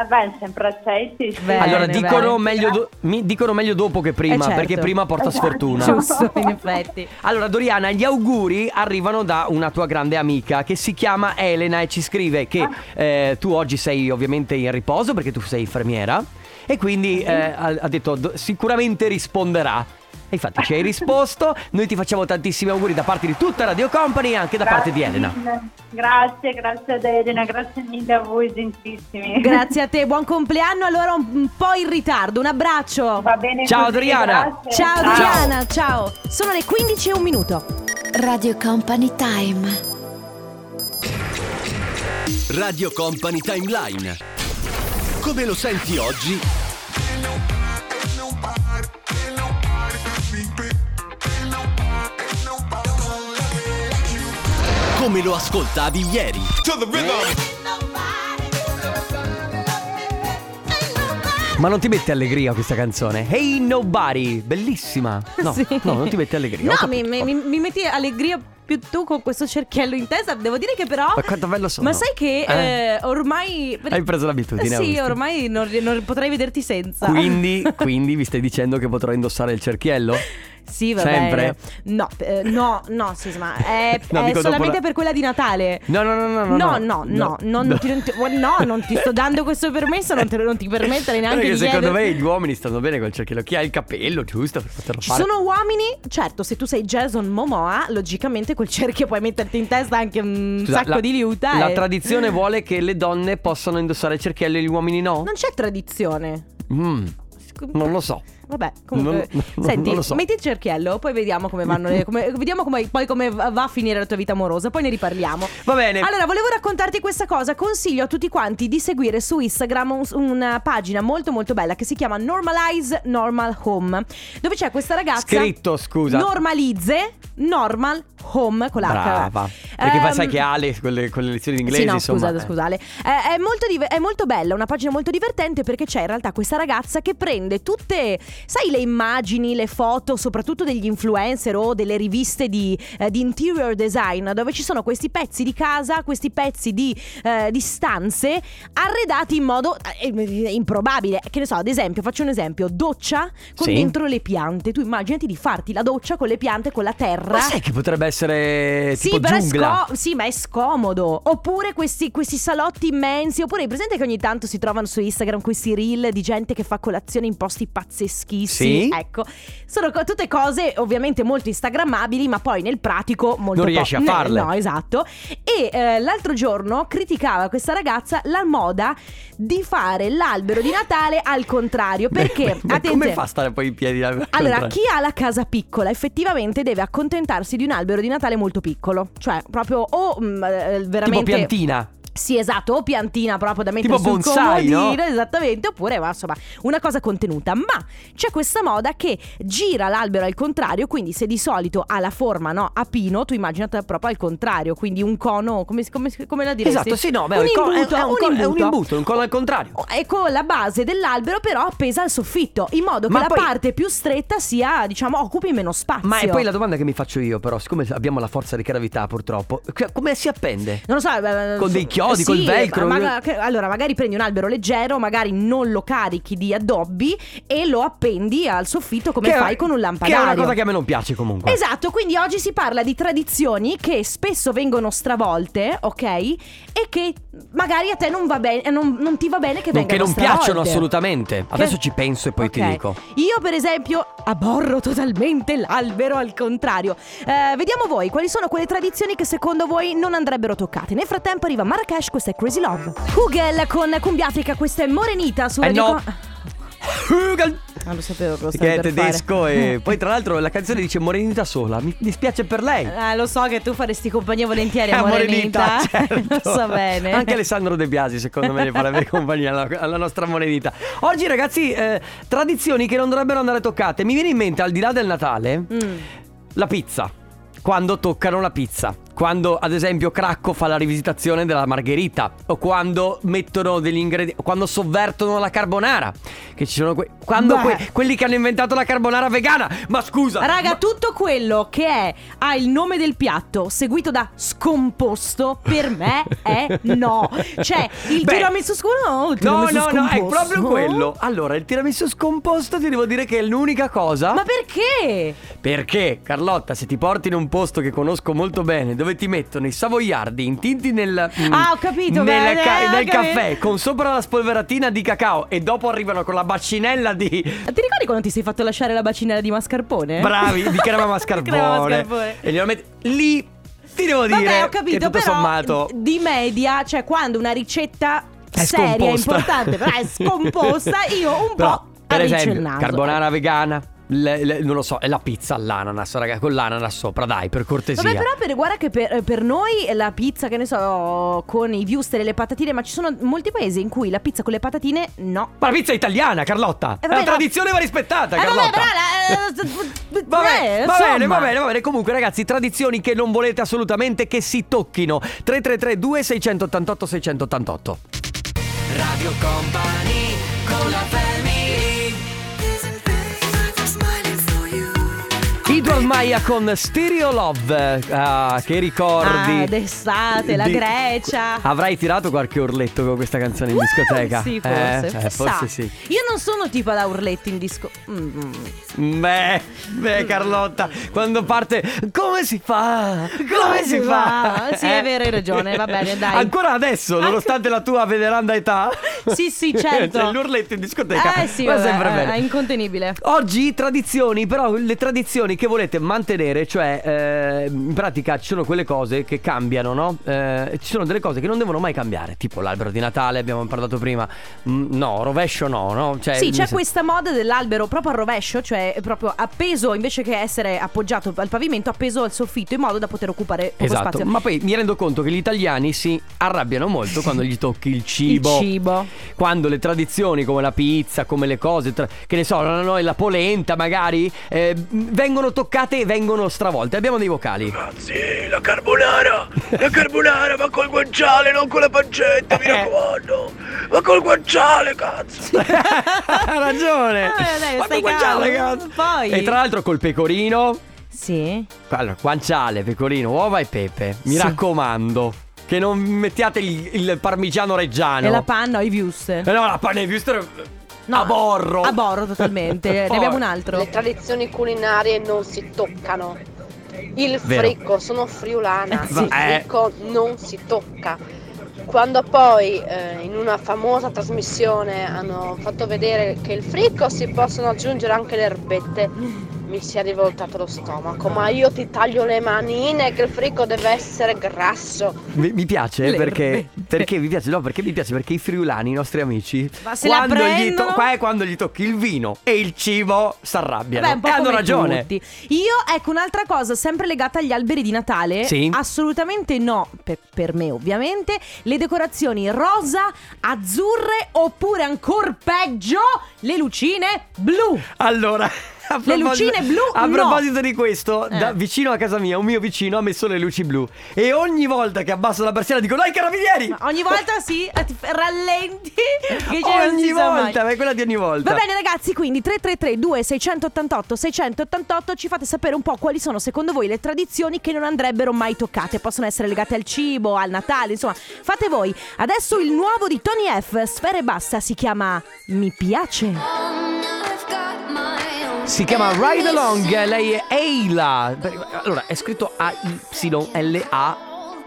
[SPEAKER 7] Eh beh, sempre accetti. sì.
[SPEAKER 2] Beh. Bene,
[SPEAKER 1] allora, dicono
[SPEAKER 2] bene.
[SPEAKER 1] meglio, do- mi dicono meglio dopo che prima,
[SPEAKER 2] Eh, certo.
[SPEAKER 1] perché prima porta sfortuna.
[SPEAKER 2] Giusto, in effetti.
[SPEAKER 1] Allora, Doriana, gli auguri arrivano da una tua grande amica che si chiama Elena e ci scrive che
[SPEAKER 2] Ah.
[SPEAKER 1] eh, tu oggi sei ovviamente in riposo perché tu sei infermiera e quindi eh, ha, ha detto "Do- sicuramente risponderà. E infatti ci hai risposto, noi ti facciamo tantissimi auguri da parte di tutta Radio Company e anche da parte di
[SPEAKER 7] Grazie
[SPEAKER 1] Elena.
[SPEAKER 7] mille. Grazie, grazie ad Elena, grazie mille a voi, gentilissimi.
[SPEAKER 2] Grazie a te, buon compleanno. Allora, un- un po' in ritardo. Un abbraccio.
[SPEAKER 7] Va bene
[SPEAKER 1] Ciao,
[SPEAKER 7] così,
[SPEAKER 1] Adriana.
[SPEAKER 7] grazie.
[SPEAKER 2] Ciao, Diana, ciao. Sono le 15 e un minuto.
[SPEAKER 8] Radio Company Time Radio Company Timeline. Come lo senti oggi? Come lo ascoltavi ieri?
[SPEAKER 1] Ma non ti mette allegria questa canzone? Hey Nobody, bellissima. No,
[SPEAKER 2] Sì.
[SPEAKER 1] no, non ti mette allegria. ho
[SPEAKER 2] No, mi,
[SPEAKER 1] capito.
[SPEAKER 2] mi- mi metti allegria più tu con questo cerchiello in testa. Devo dire che però.
[SPEAKER 1] Ma quanto bello sono.
[SPEAKER 2] Ma sai che
[SPEAKER 1] Eh?
[SPEAKER 2] eh, ormai. Eh
[SPEAKER 1] Hai preso l'abitudine,
[SPEAKER 2] Sì,
[SPEAKER 1] Augusto.
[SPEAKER 2] ormai non, non potrei vederti senza.
[SPEAKER 1] Quindi, quindi mi stai dicendo che potrò indossare il cerchiello?
[SPEAKER 2] Sì, va
[SPEAKER 1] Sempre?
[SPEAKER 2] bene. No, eh, no, no, sì, ma è,
[SPEAKER 1] No,
[SPEAKER 2] è
[SPEAKER 1] dico dopo
[SPEAKER 2] solamente
[SPEAKER 1] la-
[SPEAKER 2] per quella di Natale.
[SPEAKER 1] No, no, no, no, no.
[SPEAKER 2] No, no, no, non ti- non ti- no, non ti sto dando questo permesso, non te- non ti permettere neanche
[SPEAKER 1] Perché
[SPEAKER 2] di
[SPEAKER 1] secondo me
[SPEAKER 2] chiederti.
[SPEAKER 1] gli uomini stanno bene col cerchiello. Chi ha il capello, giusto? Per poterlo
[SPEAKER 2] Ci
[SPEAKER 1] fare.
[SPEAKER 2] sono uomini, certo, se tu sei Jason Momoa, logicamente quel cerchio puoi metterti in testa anche un
[SPEAKER 1] Scusa,
[SPEAKER 2] sacco
[SPEAKER 1] la-
[SPEAKER 2] di eh. liuta.
[SPEAKER 1] La
[SPEAKER 2] e-
[SPEAKER 1] tradizione vuole che le donne possano indossare il cerchiello e gli uomini no?
[SPEAKER 2] Non c'è tradizione.
[SPEAKER 1] Mm, non lo so.
[SPEAKER 2] Vabbè, comunque.
[SPEAKER 1] Non- non-
[SPEAKER 2] senti,
[SPEAKER 1] non lo so.
[SPEAKER 2] metti il cerchiello, poi vediamo come vanno le. come- vediamo come, poi come va va a finire la tua vita amorosa, poi ne riparliamo.
[SPEAKER 1] Va bene.
[SPEAKER 2] Allora, volevo raccontarti questa cosa. Consiglio a tutti quanti di seguire su Instagram un- una pagina molto molto bella che si chiama Normalize Normal Home. Dove c'è questa ragazza.
[SPEAKER 1] Scritto, scusa.
[SPEAKER 2] Normalizze Normal Home con l'H.
[SPEAKER 1] Brava. Perché
[SPEAKER 2] Ehm,
[SPEAKER 1] poi sai che Ale con le, con le lezioni di inglese,
[SPEAKER 2] sì, no,
[SPEAKER 1] insomma.
[SPEAKER 2] scusate, scusate. Eh, è, molto div- è molto bella, una pagina molto divertente perché c'è in realtà questa ragazza che prende tutte, sai, le immagini, le foto, soprattutto degli influencer o delle riviste di, eh, di interior design, dove ci sono questi pezzi di casa, questi pezzi di, eh, di stanze arredati in modo eh, eh, improbabile. Che ne so, ad esempio, faccio un esempio, doccia con
[SPEAKER 1] Sì.
[SPEAKER 2] dentro le piante. Tu immaginati di farti la doccia con le piante, con la terra.
[SPEAKER 1] eh. Ma sai che potrebbe essere eh, tipo
[SPEAKER 2] Sì, però è
[SPEAKER 1] giungla?
[SPEAKER 2] sco- sì, ma è scomodo. Oppure questi, questi salotti immensi. Oppure hai presente che ogni tanto si trovano su Instagram questi reel di gente che fa colazione in posti pazzeschissimi.
[SPEAKER 1] Sì.
[SPEAKER 2] Ecco, sono co- tutte cose ovviamente molto instagrammabili, ma poi nel pratico molto
[SPEAKER 1] Non
[SPEAKER 2] po-
[SPEAKER 1] riesci a
[SPEAKER 2] ne-
[SPEAKER 1] farle.
[SPEAKER 2] No, esatto. E eh, l'altro giorno criticava questa ragazza la moda di fare l'albero di Natale al contrario. Perché,
[SPEAKER 1] Beh, beh, Come
[SPEAKER 2] attenzione-
[SPEAKER 1] fa a stare poi in piedi? la-
[SPEAKER 2] allora, chi ha la casa piccola effettivamente deve accontentarsi di un albero di Natale molto piccolo. Cioè, proprio o mm, eh,
[SPEAKER 1] Tipo
[SPEAKER 2] veramente.
[SPEAKER 1] piantina.
[SPEAKER 2] Sì, esatto, o piantina proprio da mettere
[SPEAKER 1] Tipo
[SPEAKER 2] sul
[SPEAKER 1] bonsai,
[SPEAKER 2] comodino,
[SPEAKER 1] no?
[SPEAKER 2] esattamente, oppure ma, insomma, una cosa contenuta. Ma c'è questa moda che gira l'albero al contrario, quindi se di solito ha la forma, no, a pino, tu immaginate proprio al contrario, quindi un cono, come, come, come la diresti?
[SPEAKER 1] Esatto, sì, no, beh,
[SPEAKER 2] un
[SPEAKER 1] il co- è-
[SPEAKER 2] imbuto,
[SPEAKER 1] è un co- è un
[SPEAKER 2] imbuto.
[SPEAKER 1] imbuto, un cono al contrario.
[SPEAKER 2] Oh, E con la base dell'albero però appesa al soffitto, in modo che
[SPEAKER 1] Ma
[SPEAKER 2] la
[SPEAKER 1] poi-
[SPEAKER 2] parte più stretta sia, diciamo, occupi meno spazio.
[SPEAKER 1] Ma è poi la domanda che mi faccio io, però, siccome abbiamo la forza di gravità, purtroppo, che- come si appende?
[SPEAKER 2] Non lo so, eh,
[SPEAKER 1] Con dei chiodi,
[SPEAKER 2] sì,
[SPEAKER 1] col velcro? eh.
[SPEAKER 2] ma- ma- che- allora, magari prendi un albero leggero, magari non lo carichi di addobbi e lo appendi al soffitto come
[SPEAKER 1] Che è-
[SPEAKER 2] fai con un
[SPEAKER 1] Che
[SPEAKER 2] lampadario.
[SPEAKER 1] è una cosa che a me non piace comunque.
[SPEAKER 2] Esatto, quindi oggi si parla di tradizioni che spesso vengono stravolte, ok? E che magari a te non va bene, non, non ti va bene che
[SPEAKER 1] Non-
[SPEAKER 2] vengano
[SPEAKER 1] che non
[SPEAKER 2] stravolte.
[SPEAKER 1] piacciono assolutamente.
[SPEAKER 2] Che-
[SPEAKER 1] Adesso ci penso e poi ti
[SPEAKER 2] Ok.
[SPEAKER 1] dico.
[SPEAKER 2] Io, per esempio, aborro totalmente l'albero al contrario. Eh, vediamo voi, quali sono quelle tradizioni che secondo voi non andrebbero toccate. Nel frattempo arriva Marrakesh, questa è Crazy Love. Google con Cumbiatrica, questa è Morenita su
[SPEAKER 1] Eh
[SPEAKER 2] Radio
[SPEAKER 1] no.
[SPEAKER 2] Co- Non lo sapevo che lo stavi
[SPEAKER 1] Che è
[SPEAKER 2] per
[SPEAKER 1] tedesco
[SPEAKER 2] fare.
[SPEAKER 1] e poi tra l'altro la canzone dice Morenita sola, mi dispiace per lei.
[SPEAKER 2] Eh, lo so che tu faresti compagnia volentieri
[SPEAKER 1] Eh,
[SPEAKER 2] a Morenita.
[SPEAKER 1] certo.
[SPEAKER 2] lo so bene.
[SPEAKER 1] Anche Alessandro De Biasi, secondo me, ne farebbe compagnia alla, alla nostra Morenita. Oggi, ragazzi, eh, tradizioni che non dovrebbero andare toccate. Mi viene in mente, al di là del Natale,
[SPEAKER 2] Mm.
[SPEAKER 1] la pizza. Quando toccano la pizza. Quando, ad esempio, Cracco fa la rivisitazione della margherita. O quando mettono degli ingredienti. Quando sovvertono la carbonara. Che ci sono que- Quando
[SPEAKER 2] Beh.
[SPEAKER 1] que- quelli che hanno inventato la carbonara vegana. Ma scusa.
[SPEAKER 2] Raga, tutto quello che è ha il nome del piatto seguito da scomposto per me è Eh? no. Cioè, il
[SPEAKER 1] Beh.
[SPEAKER 2] tiramisù scuro no, il
[SPEAKER 1] No,
[SPEAKER 2] tiramisù
[SPEAKER 1] no, no, è
[SPEAKER 2] scomposto.
[SPEAKER 1] proprio quello. Allora, il tiramisù scomposto ti devo dire che è l'unica cosa.
[SPEAKER 2] Ma perché?
[SPEAKER 1] Perché, Carlotta, se ti porti in un posto che conosco molto bene, dove ti mettono i savoiardi intinti nel. mm,
[SPEAKER 2] Ah, ho capito,
[SPEAKER 1] Nel,
[SPEAKER 2] beh, eh, ho
[SPEAKER 1] nel
[SPEAKER 2] capito.
[SPEAKER 1] caffè, con sopra la spolveratina di cacao e dopo arrivano con la bacinella di.
[SPEAKER 2] Ti ricordi quando ti sei fatto lasciare la bacinella di mascarpone?
[SPEAKER 1] Bravi, di crema
[SPEAKER 2] Eh? crema
[SPEAKER 1] mascarpone.
[SPEAKER 2] mascarpone.
[SPEAKER 1] e glielo metti. Lì ti devo dire.
[SPEAKER 2] Vabbè, ho
[SPEAKER 1] che
[SPEAKER 2] capito,
[SPEAKER 1] tutto
[SPEAKER 2] però
[SPEAKER 1] sommato.
[SPEAKER 2] di media, cioè quando una ricetta
[SPEAKER 1] È
[SPEAKER 2] seria,
[SPEAKER 1] scomposta.
[SPEAKER 2] importante, però è scomposta, io un
[SPEAKER 1] Però,
[SPEAKER 2] po'
[SPEAKER 1] per
[SPEAKER 2] arriccio
[SPEAKER 1] esempio,
[SPEAKER 2] il naso.
[SPEAKER 1] carbonara vegana. le- le- non lo so, è la pizza all'ananas, raga, con l'ananas sopra, dai, per cortesia.
[SPEAKER 2] Vabbè, però per, guarda che per, eh, per noi la pizza, che ne so, con i wuster e le patatine, ma ci sono molti paesi in cui la pizza con le patatine no.
[SPEAKER 1] Ma la pizza è italiana, Carlotta.
[SPEAKER 2] Eh, vabbè,
[SPEAKER 1] la
[SPEAKER 2] no.
[SPEAKER 1] tradizione va rispettata,
[SPEAKER 2] Eh,
[SPEAKER 1] Carlotta.
[SPEAKER 2] vabbè, però la- eh,
[SPEAKER 1] Va bene,
[SPEAKER 2] eh,
[SPEAKER 1] va
[SPEAKER 2] insomma.
[SPEAKER 1] bene, va bene, va bene. Comunque, ragazzi, tradizioni che non volete assolutamente che si tocchino. 3332 688 688.
[SPEAKER 8] Radio Company con la
[SPEAKER 1] Edward Maia con Stereo Love. Ah, che ricordi.
[SPEAKER 2] Ah, d'estate, la
[SPEAKER 1] di-
[SPEAKER 2] Grecia.
[SPEAKER 1] Avrai tirato qualche urletto con questa canzone in
[SPEAKER 2] Wow,
[SPEAKER 1] discoteca?
[SPEAKER 2] Sì,
[SPEAKER 1] Eh,
[SPEAKER 2] forse.
[SPEAKER 1] eh,
[SPEAKER 2] chissà.
[SPEAKER 1] forse sì.
[SPEAKER 2] Io non sono tipo da urletti in disco. Mm, mm.
[SPEAKER 1] Beh, beh, Carlotta, quando parte come si fa? Come si fa?
[SPEAKER 2] Sì, è vero, hai ragione, va bene, dai.
[SPEAKER 1] Ancora adesso, nonostante la tua veneranda età.
[SPEAKER 2] Sì, sì, certo.
[SPEAKER 1] C'è l'urletto in discoteca.
[SPEAKER 2] Eh sì,
[SPEAKER 1] va
[SPEAKER 2] vabbè,
[SPEAKER 1] sempre
[SPEAKER 2] eh,
[SPEAKER 1] bene.
[SPEAKER 2] è incontenibile.
[SPEAKER 1] Oggi tradizioni, però le tradizioni che volete mantenere, cioè eh, in pratica ci sono quelle cose che cambiano, no? Eh, ci sono delle cose che non devono mai cambiare, tipo l'albero di Natale, abbiamo parlato prima. Mm, no, rovescio no, no? Cioè,
[SPEAKER 2] Sì,
[SPEAKER 1] mi
[SPEAKER 2] c'è
[SPEAKER 1] sa-
[SPEAKER 2] questa moda dell'albero proprio al rovescio, cioè proprio appeso invece che essere appoggiato al pavimento, appeso al soffitto in modo da poter occupare poco
[SPEAKER 1] Esatto,
[SPEAKER 2] spazio.
[SPEAKER 1] ma poi mi rendo conto che gli italiani si arrabbiano molto quando gli tocchi il cibo.
[SPEAKER 2] Il cibo.
[SPEAKER 1] Quando le tradizioni come la pizza, come le cose, tra- che ne so, la, la- la polenta magari, eh, vengono toccate e vengono stravolte. Abbiamo dei vocali.
[SPEAKER 8] Sì, la carbonara! La carbonara, ma col guanciale, non con la pancetta, mi
[SPEAKER 1] Eh.
[SPEAKER 8] raccomando! Ma col guanciale, cazzo!
[SPEAKER 1] ha ragione.
[SPEAKER 2] Eh, dai,
[SPEAKER 1] Ma
[SPEAKER 2] stai
[SPEAKER 1] col
[SPEAKER 2] calmo.
[SPEAKER 1] guanciale, cazzo.
[SPEAKER 2] Poi?
[SPEAKER 1] E tra l'altro col pecorino.
[SPEAKER 2] Sì.
[SPEAKER 1] Allora, guanciale, pecorino, uova e pepe. Mi
[SPEAKER 2] Sì.
[SPEAKER 1] raccomando, che non mettiate il, il parmigiano reggiano.
[SPEAKER 2] E la panna, i views.
[SPEAKER 1] Eh no, la pane visto
[SPEAKER 2] No,
[SPEAKER 1] a borro.
[SPEAKER 2] A borro totalmente. ne
[SPEAKER 1] Poi.
[SPEAKER 2] abbiamo un altro.
[SPEAKER 9] Le tradizioni culinarie non si toccano. Il
[SPEAKER 1] Vero.
[SPEAKER 9] fricco, sono friulana,
[SPEAKER 1] Eh, sì.
[SPEAKER 9] il
[SPEAKER 1] Eh.
[SPEAKER 9] fricco non si tocca. Quando poi eh, in una famosa trasmissione hanno fatto vedere che il fricco si possono aggiungere anche le erbette, mi si è rivoltato lo stomaco, ma io ti taglio le manine che il fricco deve essere grasso.
[SPEAKER 1] Mi, mi piace eh,
[SPEAKER 2] Le
[SPEAKER 1] perché,
[SPEAKER 2] erbette.
[SPEAKER 1] perché mi piace, no, perché mi piace perché i friulani, i nostri amici,
[SPEAKER 2] Ma se la
[SPEAKER 1] gli
[SPEAKER 2] prendono?
[SPEAKER 1] qua è quando gli tocchi il vino e il cibo s'arrabbiano.
[SPEAKER 2] Vabbè, un po'
[SPEAKER 1] e Eh, hanno
[SPEAKER 2] come
[SPEAKER 1] ragione.
[SPEAKER 2] tutti. Io, ecco, un'altra cosa, sempre legata agli alberi di Natale.
[SPEAKER 1] Sì.
[SPEAKER 2] Assolutamente no, per, per me ovviamente, le decorazioni rosa, azzurre oppure ancora peggio, le lucine blu.
[SPEAKER 1] Allora, a
[SPEAKER 2] Le
[SPEAKER 1] proposito-
[SPEAKER 2] lucine blu,
[SPEAKER 1] A
[SPEAKER 2] no.
[SPEAKER 1] proposito di questo,
[SPEAKER 2] Eh.
[SPEAKER 1] da- vicino a casa mia, un mio vicino ha messo le luci blu. E ogni volta che abbasso la barriera dico: Dai, carabinieri!
[SPEAKER 2] Ma Ogni volta sì, ti rallenti. che cioè, non si
[SPEAKER 1] ogni
[SPEAKER 2] sa mai.
[SPEAKER 1] volta, ma è quella di ogni volta.
[SPEAKER 2] Va bene ragazzi, quindi 333 2688 688 ci fate sapere un po' quali sono secondo voi le tradizioni che non andrebbero mai toccate, possono essere legate al cibo, al Natale, insomma, fate voi. Adesso il nuovo di Tony F, Sfere Bassa, si chiama Mi piace.
[SPEAKER 1] Si chiama Ride Along, eh, lei è Eila. Allora, è scritto A-Y-L-A,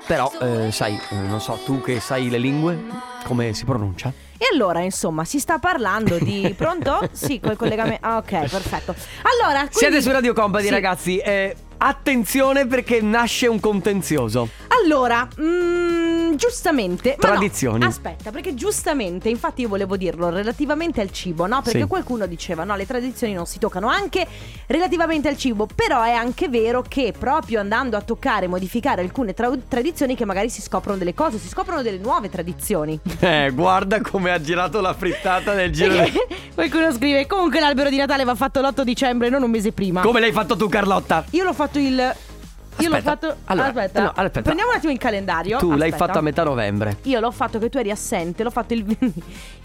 [SPEAKER 1] però eh, sai, eh, non so, tu che sai le lingue, come si pronuncia?
[SPEAKER 2] E allora, insomma, si sta parlando di pronto? Sì, col collegamento. ah, Ok, perfetto. Allora, quindi...
[SPEAKER 1] Siete su Radio Company,
[SPEAKER 2] Sì.
[SPEAKER 1] ragazzi. eh, attenzione perché nasce un contenzioso.
[SPEAKER 2] Allora, mm, giustamente. ma no,
[SPEAKER 1] Tradizioni.
[SPEAKER 2] aspetta, perché giustamente, infatti, io volevo dirlo relativamente al cibo, no? Perché
[SPEAKER 1] Sì.
[SPEAKER 2] qualcuno diceva: no, le tradizioni non si toccano anche relativamente al cibo. Però è anche vero che proprio andando a toccare e modificare alcune tra- tradizioni, che magari si scoprono delle cose, si scoprono delle nuove tradizioni.
[SPEAKER 1] Eh, guarda come ha girato la frittata nel giro. di-
[SPEAKER 2] Perché qualcuno scrive: comunque l'albero di Natale va fatto l'8 dicembre, non un mese prima.
[SPEAKER 1] Come l'hai fatto tu, Carlotta?
[SPEAKER 2] Io l'ho fatto il. Io l'ho
[SPEAKER 1] Aspetta,
[SPEAKER 2] fatto.
[SPEAKER 1] allora,
[SPEAKER 2] aspetta.
[SPEAKER 1] allora, aspetta.
[SPEAKER 2] Prendiamo un attimo in calendario.
[SPEAKER 1] Tu l'hai
[SPEAKER 2] Aspetta.
[SPEAKER 1] fatto a metà novembre.
[SPEAKER 2] Io l'ho fatto che tu eri assente, l'ho fatto il,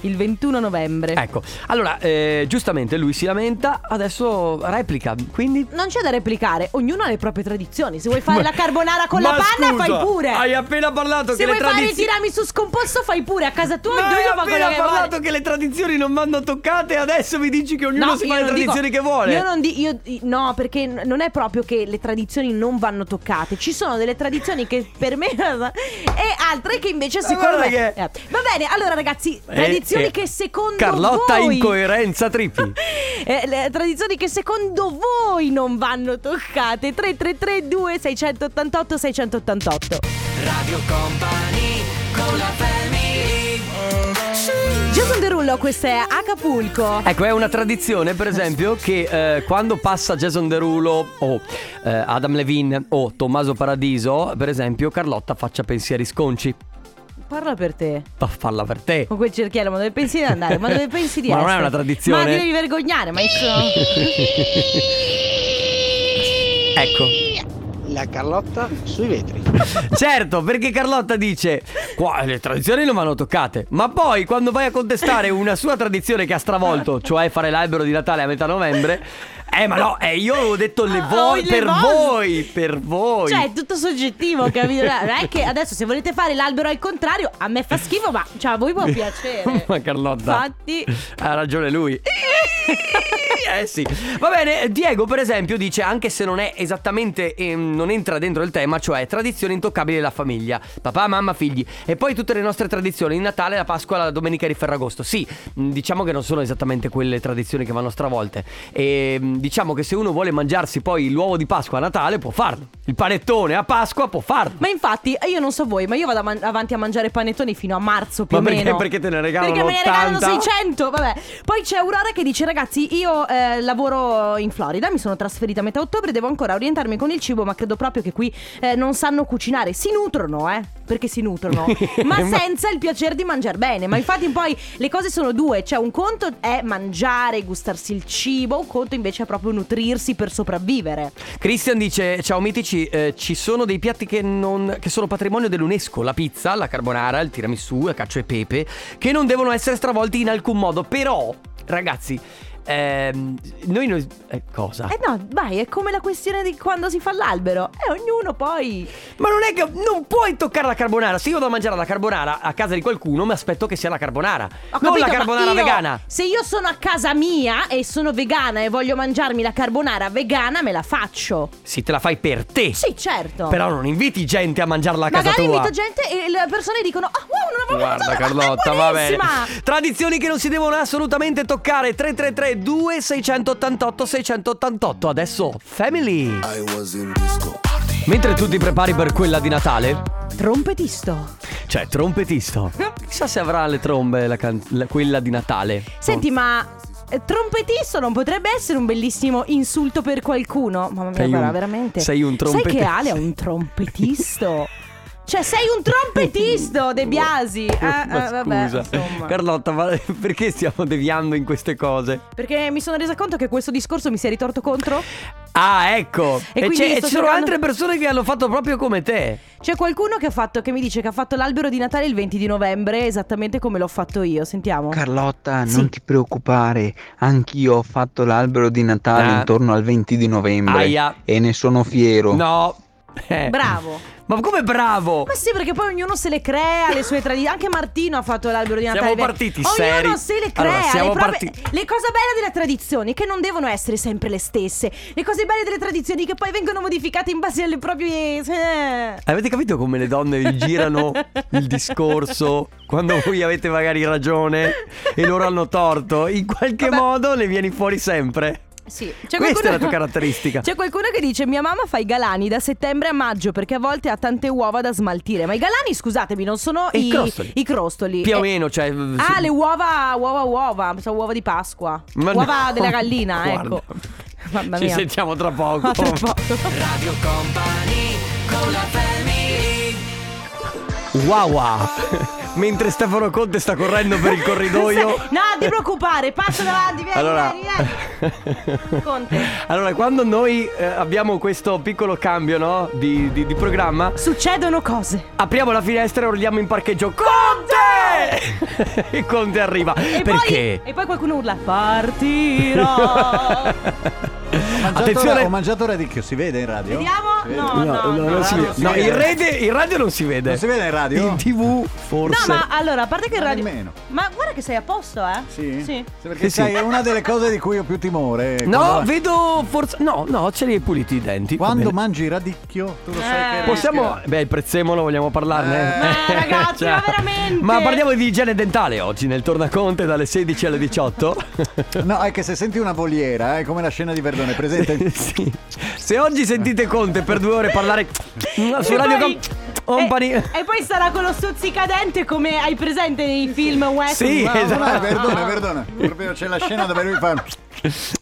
[SPEAKER 2] il 21 novembre.
[SPEAKER 1] Ecco, allora, eh, giustamente lui si lamenta, adesso replica, quindi...
[SPEAKER 2] Non c'è da replicare, ognuno ha le proprie tradizioni. Se vuoi fare la carbonara con la
[SPEAKER 1] Ma
[SPEAKER 2] panna,
[SPEAKER 1] scusa,
[SPEAKER 2] fai pure.
[SPEAKER 1] Hai appena parlato
[SPEAKER 2] Se
[SPEAKER 1] che le
[SPEAKER 2] vuoi fare il
[SPEAKER 1] tradizioni...
[SPEAKER 2] tiramisù scomposto, fai pure. A casa tua,
[SPEAKER 1] Ma hai
[SPEAKER 2] ognuno fa quello
[SPEAKER 1] appena
[SPEAKER 2] che
[SPEAKER 1] parlato
[SPEAKER 2] vuole.
[SPEAKER 1] che le tradizioni non vanno toccate e adesso mi dici che ognuno si fa
[SPEAKER 2] io
[SPEAKER 1] le
[SPEAKER 2] non dico-
[SPEAKER 1] tradizioni che vuole.
[SPEAKER 2] Io non di- io- no, perché n- non è proprio che le tradizioni non vanno toccate. Ci sono delle tradizioni che per me. e altre che invece
[SPEAKER 1] Ma
[SPEAKER 2] secondo me.
[SPEAKER 1] guarda che-
[SPEAKER 2] Eh, Va bene, allora ragazzi,
[SPEAKER 1] Eh,
[SPEAKER 2] tradizioni
[SPEAKER 1] eh,
[SPEAKER 2] che secondo
[SPEAKER 1] Carlotta
[SPEAKER 2] voi.
[SPEAKER 1] incoerenza trippi.
[SPEAKER 2] Eh, le tradizioni che secondo voi non vanno toccate 3332 688 688
[SPEAKER 8] Radio Company con la family.
[SPEAKER 2] Jason Derulo, questo è Acapulco.
[SPEAKER 1] Ecco, è una tradizione, per esempio, che eh, quando passa Jason Derulo o eh, Adam Levine o Tommaso Paradiso, per esempio, Carlotta faccia pensieri sconci.
[SPEAKER 2] Parla per te.
[SPEAKER 1] Fa- Falla per te.
[SPEAKER 2] Con quel cerchiello, ma dove pensi di andare? Ma dove pensi di
[SPEAKER 1] Ma non
[SPEAKER 2] essere?
[SPEAKER 1] è una tradizione.
[SPEAKER 2] Ma ti devi vergognare, ma io sono...
[SPEAKER 1] Ecco.
[SPEAKER 10] La Carlotta sui vetri.
[SPEAKER 1] Certo, perché Carlotta dice "Qua le tradizioni non vanno toccate". Ma poi quando vai a contestare una sua tradizione che ha stravolto, cioè fare l'albero di Natale a metà novembre, eh ma no, eh, io avevo detto le
[SPEAKER 2] Ah,
[SPEAKER 1] voi
[SPEAKER 2] le
[SPEAKER 1] per
[SPEAKER 2] voi.
[SPEAKER 1] voi, per voi.
[SPEAKER 2] Cioè, è tutto soggettivo, capito? Cioè, Non è che adesso se volete fare l'albero al contrario, a me fa schifo, ma cioè, a voi può piacere.
[SPEAKER 1] Ma Carlotta.
[SPEAKER 2] Infatti,
[SPEAKER 1] Ha ragione lui. Eh sì. Va bene, Diego per esempio dice anche se non è esattamente ehm, non entra dentro il tema, cioè tradizione intoccabile della famiglia, papà, mamma, figli e poi tutte le nostre tradizioni, il Natale, la Pasqua, la domenica di Ferragosto. Sì, mh, diciamo che non sono esattamente quelle tradizioni che vanno stravolte e mh, diciamo che se uno vuole mangiarsi poi l'uovo di Pasqua a Natale può farlo. Il panettone a Pasqua può farlo.
[SPEAKER 2] ma infatti, eh, io non so voi, ma io vado avan- avanti a mangiare panettoni fino a marzo più
[SPEAKER 1] Ma
[SPEAKER 2] o
[SPEAKER 1] perché-
[SPEAKER 2] meno.
[SPEAKER 1] perché te ne regalano
[SPEAKER 2] Perché me ne regalano
[SPEAKER 1] 80?
[SPEAKER 2] 600, vabbè. Poi c'è Aurora che dice, ragazzi, io eh, lavoro in Florida, mi sono trasferita a metà ottobre, devo ancora orientarmi con il cibo, ma credo proprio che qui eh, non sanno cucinare. Si nutrono, eh, perché si nutrono, ma
[SPEAKER 1] Ma-
[SPEAKER 2] senza il piacere di mangiare bene. Ma infatti poi le cose sono due, cioè un conto è mangiare, gustarsi il cibo, un conto invece è proprio nutrirsi per sopravvivere.
[SPEAKER 1] Christian dice: Ciao mitici, eh, ci sono dei piatti che, non- che sono patrimonio dell'UNESCO: la pizza, la carbonara, il tiramisù, la cacio e pepe, che non devono essere stravolti in alcun modo. Però, ragazzi, ehm, noi. noi- eh, cosa?
[SPEAKER 2] Eh no, vai, è come la questione di quando si fa l'albero. E ognuno poi.
[SPEAKER 1] Ma non è che non puoi toccare la carbonara. Se io vado a mangiare la carbonara a casa di qualcuno, mi aspetto che sia la carbonara.
[SPEAKER 2] Ho
[SPEAKER 1] non
[SPEAKER 2] capito,
[SPEAKER 1] la
[SPEAKER 2] ma
[SPEAKER 1] carbonara
[SPEAKER 2] io-
[SPEAKER 1] vegana.
[SPEAKER 2] Se io sono a casa mia e sono vegana e voglio mangiarmi la carbonara vegana, me la faccio.
[SPEAKER 1] Sì, te la fai per te.
[SPEAKER 2] Sì, certo.
[SPEAKER 1] Però non inviti gente a mangiarla a casa
[SPEAKER 2] Magari
[SPEAKER 1] tua.
[SPEAKER 2] invito gente e le persone dicono: Ah, wow, non avevo
[SPEAKER 1] Guarda
[SPEAKER 2] mangiato, ma è
[SPEAKER 1] Carlotta, va bene.
[SPEAKER 2] buonissima!"
[SPEAKER 1] Tradizioni che non si devono assolutamente toccare. 333 2688 688. Adesso Family. Mentre tu ti prepari per quella di Natale,
[SPEAKER 2] Trompetisto.
[SPEAKER 1] cioè trompetisto. Chissà se avrà le trombe la can- la- quella di Natale.
[SPEAKER 2] Senti, ma. eh, Trompetisto non potrebbe essere un bellissimo insulto per qualcuno? Mamma mia,
[SPEAKER 1] Sei
[SPEAKER 2] guarda,
[SPEAKER 1] un-
[SPEAKER 2] veramente.
[SPEAKER 1] sei un
[SPEAKER 2] Sai che
[SPEAKER 1] trompetista.
[SPEAKER 2] Ale è un trompetisto. cioè, sei un trompetisto, De Biasi. Eh,
[SPEAKER 1] Ma
[SPEAKER 2] eh, vabbè,
[SPEAKER 1] scusa.
[SPEAKER 2] insomma.
[SPEAKER 1] Carlotta, ma perché stiamo deviando in queste cose?
[SPEAKER 2] Perché mi sono resa conto che questo discorso mi si è ritorto contro.
[SPEAKER 1] Ah, ecco.
[SPEAKER 2] E
[SPEAKER 1] E,
[SPEAKER 2] quindi
[SPEAKER 1] c'è-
[SPEAKER 2] sto
[SPEAKER 1] e ci sono
[SPEAKER 2] cercando-
[SPEAKER 1] altre persone che hanno fatto proprio come te.
[SPEAKER 2] C'è qualcuno che ha fatto che mi dice che ha fatto l'albero di Natale il 20 di novembre, esattamente come l'ho fatto io. Sentiamo.
[SPEAKER 10] Carlotta,
[SPEAKER 2] Sì.
[SPEAKER 10] non ti preoccupare, anch'io ho fatto l'albero di Natale
[SPEAKER 1] Ah.
[SPEAKER 10] intorno al 20 di novembre
[SPEAKER 1] Aia.
[SPEAKER 10] e ne sono fiero.
[SPEAKER 1] No. Eh.
[SPEAKER 2] Bravo.
[SPEAKER 1] Ma come bravo?
[SPEAKER 2] Ma sì, perché poi ognuno se le crea le sue tradizioni. Anche Martino ha fatto l'albero di Natale.
[SPEAKER 1] Siamo partiti
[SPEAKER 2] ognuno
[SPEAKER 1] seri.
[SPEAKER 2] se le crea.
[SPEAKER 1] Allora, siamo
[SPEAKER 2] le, proprie-
[SPEAKER 1] partiti-
[SPEAKER 2] le cose belle delle tradizioni che non devono essere sempre le stesse. Le cose belle delle tradizioni che poi vengono modificate in base alle proprie. eh.
[SPEAKER 1] Avete capito come le donne girano il discorso quando voi avete magari ragione e loro hanno torto? In qualche
[SPEAKER 2] Vabbè.
[SPEAKER 1] modo ne vieni fuori sempre.
[SPEAKER 2] Sì,
[SPEAKER 1] Questa
[SPEAKER 2] c'è
[SPEAKER 1] è la tua caratteristica.
[SPEAKER 2] C'è qualcuno che dice: Mia mamma fa i galani da settembre a maggio perché a volte ha tante uova da smaltire. Ma i galani, scusatemi, non sono
[SPEAKER 1] E i
[SPEAKER 2] i
[SPEAKER 1] crostoli.
[SPEAKER 2] i crostoli.
[SPEAKER 1] Più o
[SPEAKER 2] Eh,
[SPEAKER 1] meno, cioè.
[SPEAKER 2] Ah, le uova, uova, uova. Sono uova di Pasqua.
[SPEAKER 1] Ma no.
[SPEAKER 2] uova della gallina,
[SPEAKER 1] Guarda.
[SPEAKER 2] ecco. Mamma
[SPEAKER 1] Ci
[SPEAKER 2] mia.
[SPEAKER 1] sentiamo tra poco.
[SPEAKER 2] A tra poco.
[SPEAKER 1] Wow, wow. Mentre Stefano Conte sta correndo per il corridoio.
[SPEAKER 2] No, ti preoccupare, passa davanti, vieni,
[SPEAKER 1] Allora,
[SPEAKER 2] vieni, vieni. Conte.
[SPEAKER 1] allora, quando noi eh, abbiamo questo piccolo cambio no, di- di- di programma,
[SPEAKER 2] Succedono cose.
[SPEAKER 1] Apriamo la finestra e urliamo in parcheggio Conte! e Conte arriva
[SPEAKER 2] E
[SPEAKER 1] Perché?
[SPEAKER 2] Poi, e poi qualcuno urla: Partirò.
[SPEAKER 1] Attenzione
[SPEAKER 11] Ho mangiato radicchio, si vede in radio?
[SPEAKER 2] Vediamo?
[SPEAKER 11] Si vede?
[SPEAKER 2] No, no, no.
[SPEAKER 1] non si vede.
[SPEAKER 11] radio si
[SPEAKER 1] No,
[SPEAKER 11] vede.
[SPEAKER 1] in, rete- in radio non si vede
[SPEAKER 11] Non si vede in radio?
[SPEAKER 1] In tv
[SPEAKER 2] No,
[SPEAKER 1] forse
[SPEAKER 2] ma allora, a parte che il
[SPEAKER 11] Ma
[SPEAKER 2] radio.
[SPEAKER 11] nemmeno.
[SPEAKER 2] Ma guarda che sei a posto, eh?
[SPEAKER 11] Sì? Sì,
[SPEAKER 1] Sì,
[SPEAKER 11] Perché
[SPEAKER 1] sì.
[SPEAKER 11] sai, è una delle cose di cui ho più timore.
[SPEAKER 1] No,
[SPEAKER 11] Quando-
[SPEAKER 1] vedo forse No, no, ce li hai puliti i denti Va
[SPEAKER 11] Quando
[SPEAKER 1] bene.
[SPEAKER 11] mangi radicchio, tu lo
[SPEAKER 2] Eh.
[SPEAKER 11] sai che
[SPEAKER 1] Possiamo...
[SPEAKER 11] rischia-
[SPEAKER 1] Beh, il prezzemolo vogliamo parlarne?
[SPEAKER 2] Eh. Ma ragazzi, ma veramente?
[SPEAKER 1] Cioè. Ma parliamo di igiene dentale oggi nel Tornaconte dalle 16 alle 18
[SPEAKER 11] No, è che se senti una voliera, è come la scena di Verdone, presente?
[SPEAKER 1] Sì. Se oggi sentite Conte per due ore parlare su
[SPEAKER 2] E
[SPEAKER 1] Radio
[SPEAKER 2] poi- Eh.
[SPEAKER 1] Com- Company.
[SPEAKER 2] E poi sarà quello stuzzicadente come hai presente nei film western.
[SPEAKER 1] Sì,
[SPEAKER 11] Ah,
[SPEAKER 1] esatto.
[SPEAKER 11] no, perdona, perdona. Proprio c'è la scena dove lui fa.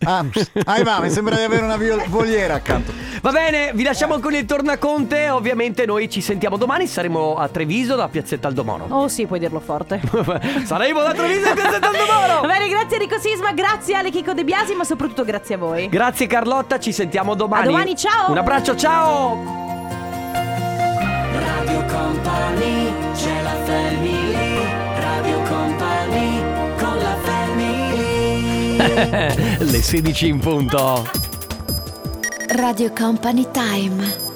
[SPEAKER 11] Ah, ah, va, mi sembra di avere una viol- voliera accanto.
[SPEAKER 1] Va bene, vi lasciamo con il tornaconte. Ovviamente noi ci sentiamo domani. Saremo a Treviso da Piazzetta Aldomoro.
[SPEAKER 2] Oh sì, puoi dirlo forte.
[SPEAKER 1] Saremo da Treviso a Piazzetta
[SPEAKER 2] Va
[SPEAKER 1] Aldomoro.
[SPEAKER 2] bene, grazie Enrico Sisma, grazie Ale Chico De Biasi, ma soprattutto grazie a voi.
[SPEAKER 1] Grazie Carlotta, ci sentiamo domani.
[SPEAKER 2] A domani, ciao.
[SPEAKER 1] Un abbraccio, ciao.
[SPEAKER 3] Radio Company, c'è la family, Radio Company, con la family.
[SPEAKER 1] Le 16 in punto.
[SPEAKER 12] Radio Company Time.